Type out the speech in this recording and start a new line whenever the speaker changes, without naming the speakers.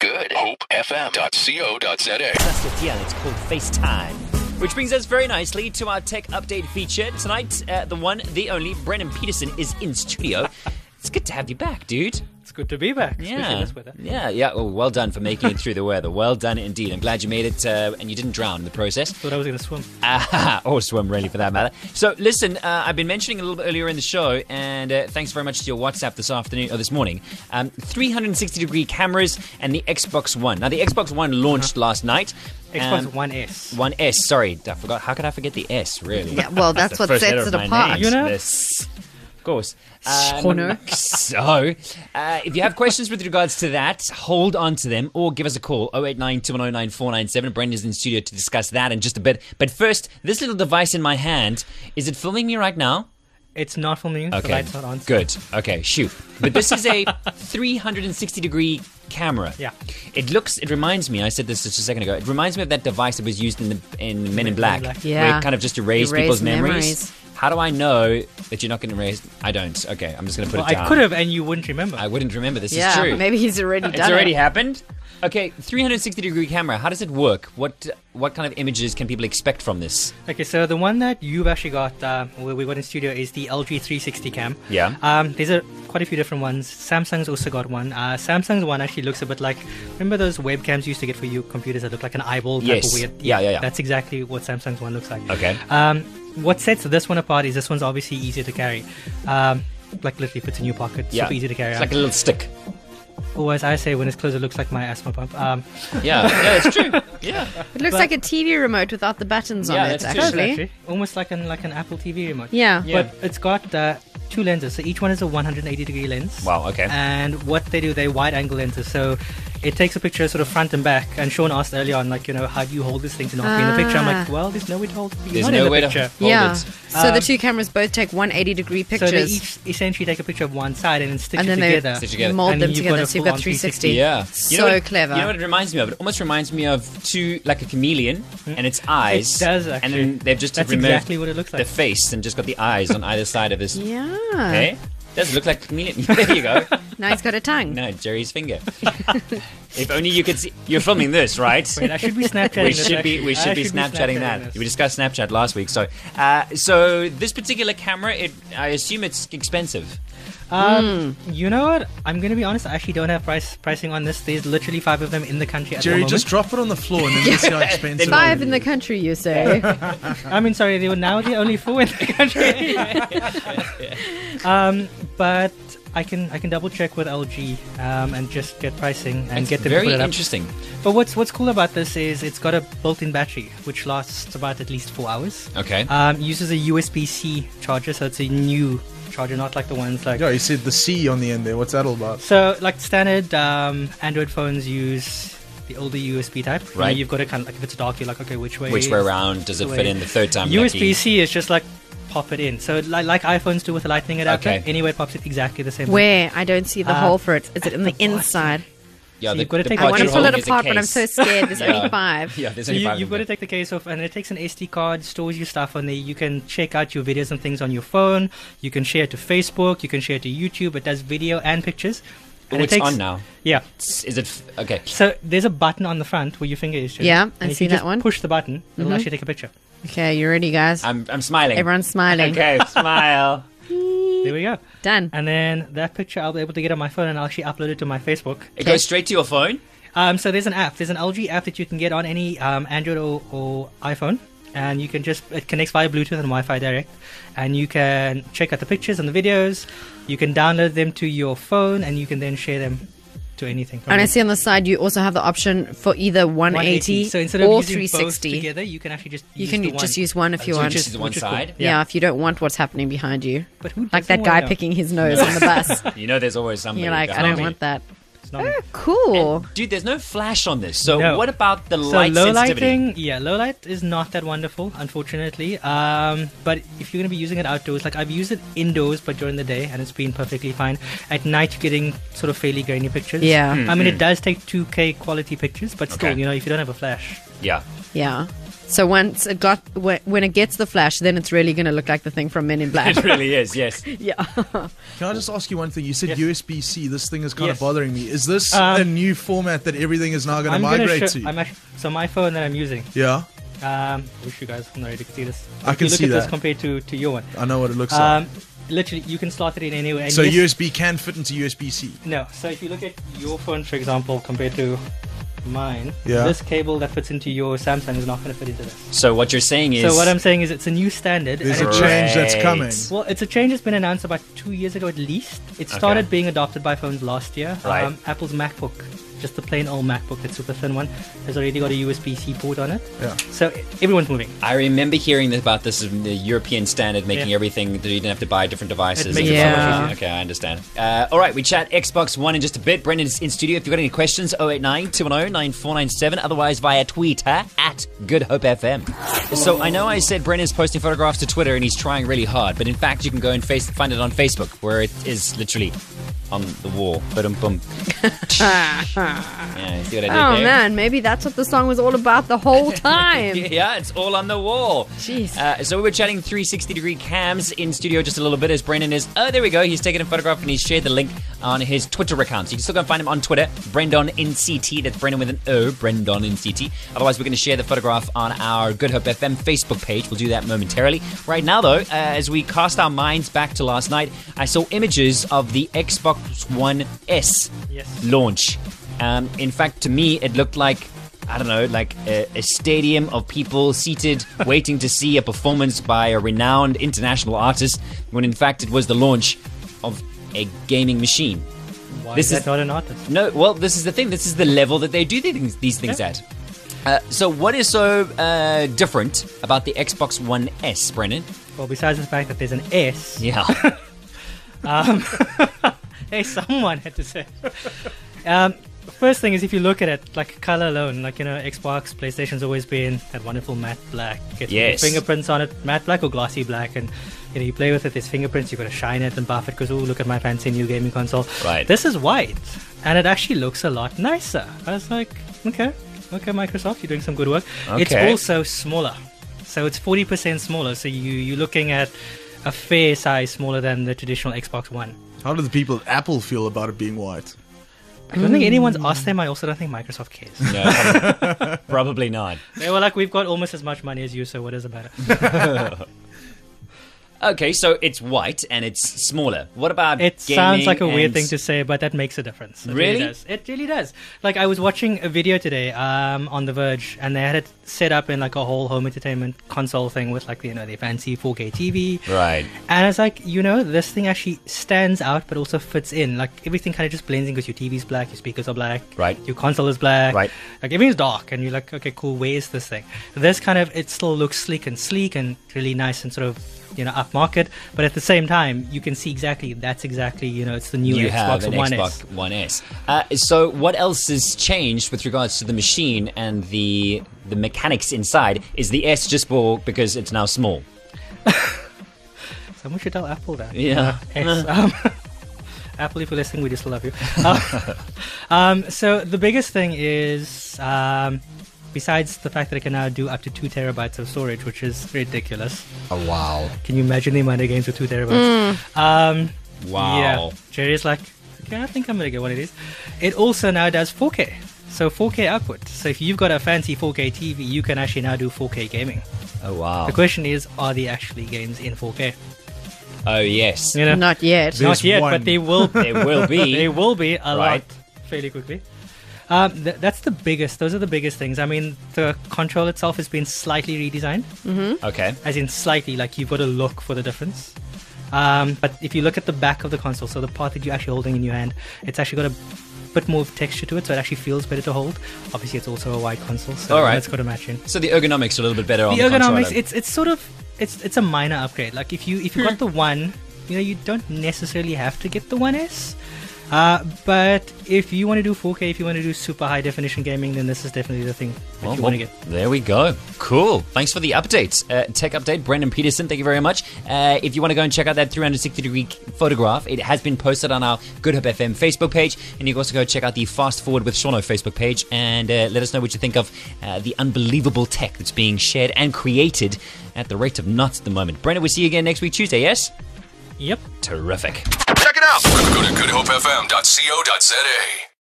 at hopefm.co.za.
That's it, yeah, it's called FaceTime. Which brings us very nicely to our tech update feature. Tonight, uh, the one, the only, Brennan Peterson is in studio. it's good to have you back, dude.
It's good to be back. especially in
Yeah.
This weather.
Yeah, yeah. Well, well done for making it through the weather. Well done indeed. I'm glad you made it uh, and you didn't drown in the process.
Thought I was going to swim.
Ah, or swim, really, for that matter. So, listen, uh, I've been mentioning a little bit earlier in the show, and uh, thanks very much to your WhatsApp this afternoon or this morning. Um, 360 degree cameras and the Xbox One. Now, the Xbox One launched last night.
Xbox
Um,
One S.
One S. Sorry, I forgot. How could I forget the S? Really?
Yeah, well, that's
the
what
first
sets
letter
it
of my
apart.
name,
You know?
this. Of course. Um,
Honor.
so, uh, if you have questions with regards to that, hold on to them or give us a call 089 2109 497. Brendan's in studio to discuss that in just a bit. But first, this little device in my hand is it filming me right now?
It's not filming. Okay. The
Okay.
light's not on.
Good. Okay, shoot. But this is a 360 degree camera.
Yeah.
It looks it reminds me, I said this just a second ago. It reminds me of that device that was used in the in Men in Black.
Black.
Yeah.
Where it kind of just erased
Erase
people's memories.
memories.
How do I know that you're not going to erase I don't. Okay, I'm just going to put
Well,
it down.
I could have, and you wouldn't remember.
I wouldn't remember this is
yeah,
true.
maybe he's already done
it's already
it.
happened. Okay, 360 degree camera. How does it work? What what kind of images can people expect from this?
Okay, so the one that you've actually got, uh, we we got in studio, is the LG 360 cam.
Yeah.
Um, there's a, quite a few different ones. Samsung's also got one. Uh, Samsung's one actually looks a bit like, remember those webcams you used to get for your computers that look like an eyeball? Type
Yes.
of weird,
Yeah, yeah, yeah.
That's exactly what Samsung's one looks like.
Okay.
Um, what sets this one apart is this one's obviously easier to carry. Um, like literally puts in your pocket, super easy to carry.
It's
out.
like a little stick.
Or as I say, when it's closed, it looks like my asthma pump. Um,
Yeah, yeah, it's true. Yeah.
It looks like a TV remote without the buttons
Yeah,
on it,
that's true.
actually.
actually, almost like an like an Apple TV remote.
Yeah.
Yeah.
But it's got uh, two lenses, so each one is a 180 degree lens.
Wow, okay.
And what they do, they're wide angle lenses, so it takes a picture sort of front and back. And Sean asked earlier on, like, you know, how do you hold this thing to not be in the picture? I'm like,
Ah.
well, there's no way to hold it.
There's
not
no
in the
way to
picture.
hold
Yeah.
it.
So
Um,
the two cameras both take 180 degree
So they
pictures.
each essentially take a picture of one side and then stitch
and
it
then
together.
Stitch
they
together.
mold
And
them
you've got
together,
a
so you've got
full-on
360.
Yeah.
So
You know what-
clever.
You know what it reminds me of? It almost reminds me of two, like a chameleon and its eyes.
does,
And
actually.
then they've just
That's
removed
exactly what it looks
the
like.
face and just got the eyes on either side of this.
yeah.
Hey? Does look like a chameleon. there you go.
Now he's got a tongue.
No, Jerry's finger. if only you could see. You're filming this, right?
Wait, I should be Snapchatting
we
this,
should be
actually.
we
I
should be snapchatting that.
this.
We discussed Snapchat last week, so uh, so this particular camera, it I assume it's expensive.
Um, You know what? I'm gonna be honest. I actually don't have price pricing on this. There's literally five of them in the country at the
Jerry,
moment.
just drop it on the floor and then let's see how expensive
Five
it
in the country, you say.
I mean, sorry, they were now the only four in the country. um, but I can I can double check with LG um, and just get pricing and
It's
get them to
very
put it up.
interesting.
But what's what's cool about this is it's got a built-in battery which lasts about at least four hours.
Okay.
Um, uses a USB-C charger, so it's a new charger, not like the ones like.
Yeah, he said the C on the end there. What's that all about?
So, like standard um, Android phones use the older USB type. You know,
Right.
you've got to kind of like if it's dark, you're like, okay, which way?
Which way
is-
around does it
way-
fit in the third time? lucky?
USB C is just like pop it in. So like, like iPhones do with the lightning adapter,
Okay.
anyway, it pops it exactly the same. way.
Where? I don't see the
Ah.
Uh,
hole for it. Is it in the inside?
Yeah,
So
the,
you've gotta
the
take
I
But
want to
you're
pull it
holding is a
apart, but I'm
case.
so scared. There's
Yeah.
only five.
Yeah, there's
So
only
you,
five.
you've
of
got to
them.
take the case off, and it takes an SD card, stores your stuff on there. You can check out your videos and things on your phone. You can share it to Facebook. You can share it to YouTube. It does video and pictures.
Oh,
And it
it's
takes-
on now.
Yeah.
It's- Is it f- okay?
So there's a button on the front where your finger is. Jay.
Yeah, I
and if
see
you
that
just
one. Mm-hmm.
Push the button. It'll actually take a picture.
Okay, you ready, guys?
I'm I'm smiling.
Everyone's smiling.
Okay, smile.
There we go.
Done.
And then that picture I'll be able to get on my phone and I'll actually upload it to my Facebook.
It goes straight to your phone.
Um, so there's an app. There's an LG app that you can get on any um, Android or, or iPhone, and you can just it connects via Bluetooth and Wi-Fi direct, and you can check out the pictures and the videos. You can download them to your phone, and you can then share them to anything. from
And I
there.
see on the side you also have the option for either 180,
So instead of
or
using both
360.
together, you can actually just
You
use
can
the
u- just
one.
use one if you
So
want.
just to one
which is cool.
side.
yeah.
yeah.
if you don't want what's happening behind you.
But who
Like
doesn't
that
wanna
guy
know?
picking his nose on the bus.
You know, there's always somebody.
You're like, I
doesn't
don't
there?
want that.
It's not me.
Cool.
Dude, there's no flash on this. So
No.
what about the
So
light
low
sensitivity?
lighting, yeah, low light is not that wonderful, unfortunately. Um, but if you're gonna be using it outdoors, like I've used it indoors, but during the day, and it's been perfectly fine. At night, you're getting sort of fairly grainy pictures.
Yeah.
Hmm,
I mean, it does take 2K quality pictures, but still,
Okay.
you know, if you don't have a flash,
Yeah.
Yeah. So once it got wh- when it gets the flash, then it's really going to look like the thing from Men in Black.
It really is, yes.
yeah.
Can I just ask you one thing? You said USB C. This thing is kind
Yes.
of bothering me. Is this
Um,
a new format that everything is now going to
I'm gonna
migrate
show-
to?
I'm actually, so my phone that I'm using.
yeah,
Um, I wish you guys on the radio could see this.
I
If
can
you look
see
at this
that.
compared to, to your one.
I know what it looks
Um, literally, you can slot it in anywhere. and
like. So
yes-
USB can fit into USB C.
No. So if you look at your phone, for example, compared to mine,
Yeah.
this cable that fits into your Samsung is not going to fit into this.
So what you're saying is
So what I'm saying is it's a new standard.
There's a
and it-
change that's
Great.
coming.
well, it's a change that's been announced about two years ago at least. It started being adopted by phones last year. Um,
Right.
Apple's MacBook, just the plain old MacBook, that super thin one, has already got a USB-C port on it.
Yeah.
So everyone's moving.
I remember hearing about this in the European standard making
Yeah.
everything that you didn't have to buy different devices.
makes
it so Yeah. much
Okay, I understand. Uh, all right, we chat Xbox One in just a bit. Brendan's in studio. If you've got any questions, 089 210 9497. Otherwise, via Twitter at Good Hope FM. So I know I said Brendan's posting photographs to Twitter and he's trying really hard, but in fact, you can go and face- find it on Facebook where it is literally on the wall. Boom, boom. yeah, see what I did
Oh
there?
man, maybe that's what the song was all about the whole time.
Yeah, it's all on the wall.
Jeez.
Uh, so we were chatting 360 degree cams in studio just a little bit as Brendan is. Oh, there we go. He's taken a photograph and he's shared the link on his Twitter account. So you can still go and find him on Twitter, Brendan NCT. That's Brendan with an O, Brendan NCT. Otherwise, we're going to share the photograph on our Good Hope FM Facebook page. We'll do that momentarily. Right now, though, uh, as we cast our minds back to last night, I saw images of the Xbox One S
Yes.
launch. Um, in fact, to me, it looked like I don't know, like a, a stadium of people seated waiting to see a performance by a renowned international artist. When in fact, it was the launch of a gaming machine.
Why
This
is
is-
that not an artist?
No, well, this is the thing. This is the level that they do these things, these things at. Uh, so, what is so uh, different about the Xbox One S, Brennan?
Well, besides the fact that there's an S,
Yeah,
Um, hey, someone had to say. um, first thing is if you look at it, like color alone, like you know, Xbox, PlayStation's always been that wonderful matte black. It's got
Yes.
fingerprints on it, matte black or glossy black, and you know you play with it. There's fingerprints. You've got to shine it and buff it because oh, look at my fancy new gaming console.
Right.
This is white, and it actually looks a lot nicer. I was like, okay, okay, Microsoft, you're doing some good work. It's
Okay.
also smaller, so it's forty percent smaller. So you you're looking at a fair size smaller than the traditional Xbox One.
How do the people at Apple feel about it being white?
I don't think anyone's asked them. I also don't think Microsoft cares.
no, probably- probably not.
they were like, we've got almost as much money as you, so what does it matter?
Okay, so it's white and it's smaller. What about
It sounds
gaming
like a weird
and-
thing to say, but that makes a difference. It
Really?
does. It really does. Like, I was watching a video today um, on The Verge, and they had it set up in like a whole home entertainment console thing with like, you know, the fancy 4K TV.
Right.
And it's like, you know, this thing actually stands out, but also fits in. Like, everything kind of just blends in because your TV's black, your speakers are black,
Right.
your console is black,
Right.
Like, everything's dark, and you're like, okay, cool, where is this thing? This kind of, it still looks sleek and sleek and really nice and sort of, you know, upmarket, but at the same time, you can see exactly, that's exactly, you know, it's the new
you
Xbox
have an
One S.
Xbox One S. Uh, so, what else has changed with regards to the machine and the the mechanics inside? Is the S just for because it's now small?
Someone should tell Apple that.
Yeah.
Yes, um, Apple, if you're listening, we just love you. Uh, um, so the biggest thing is, um, besides the fact that it can now do up to two terabytes of storage, which is ridiculous.
Oh wow!
Can you imagine the amount of games with two terabytes? Um,
Wow!
Yeah, Jerry's like, yeah, I think I'm gonna get one of these. It also now does 4K, so 4K output. So if you've got a fancy 4K TV, you can actually now do 4K gaming.
Oh wow!
The question is, are the actually games in 4K?
Oh yes!
You know,
Not yet.
There's
not yet,
one.
but they will
There will
They
be.
will be a
Right.
lot fairly quickly. Um, th- that's the biggest. Those are the biggest things. I mean, the control itself has been slightly redesigned,
okay.
as in slightly. Like you've got to look for the difference. Um, but if you look at the back of the console, so the part that you're actually holding in your hand, it's actually got a bit more texture to it, so it actually feels better to hold. Obviously, it's also a wide console, so
All right.
that's got to match in.
So the ergonomics are a little bit better on
The
the
ergonomics,
controller.
it's it's sort of it's it's a minor
Hmm.
upgrade. Like if you if you got the one, you know, you don't necessarily have to get the one S. Uh, but if you want to do 4K, if you want to do super high definition gaming, then this is definitely the thing that
Well,
you want to
well,
get.
there we go. Cool. Thanks for the updates. Uh, tech update, Brendan Peterson. Thank you very much. Uh, if you want to go and check out that 360 degree photograph, it has been posted on our Good Hope FM Facebook page. And you can also go check out the Fast Forward with Shauno Facebook page and uh, let us know what you think of uh, the unbelievable tech that's being shared and created at the rate of knots at the moment. Brendan, we'll see you again next week, Tuesday, yes?
Yep.
Terrific.
Check it out. Go to goodhopefm.co.za.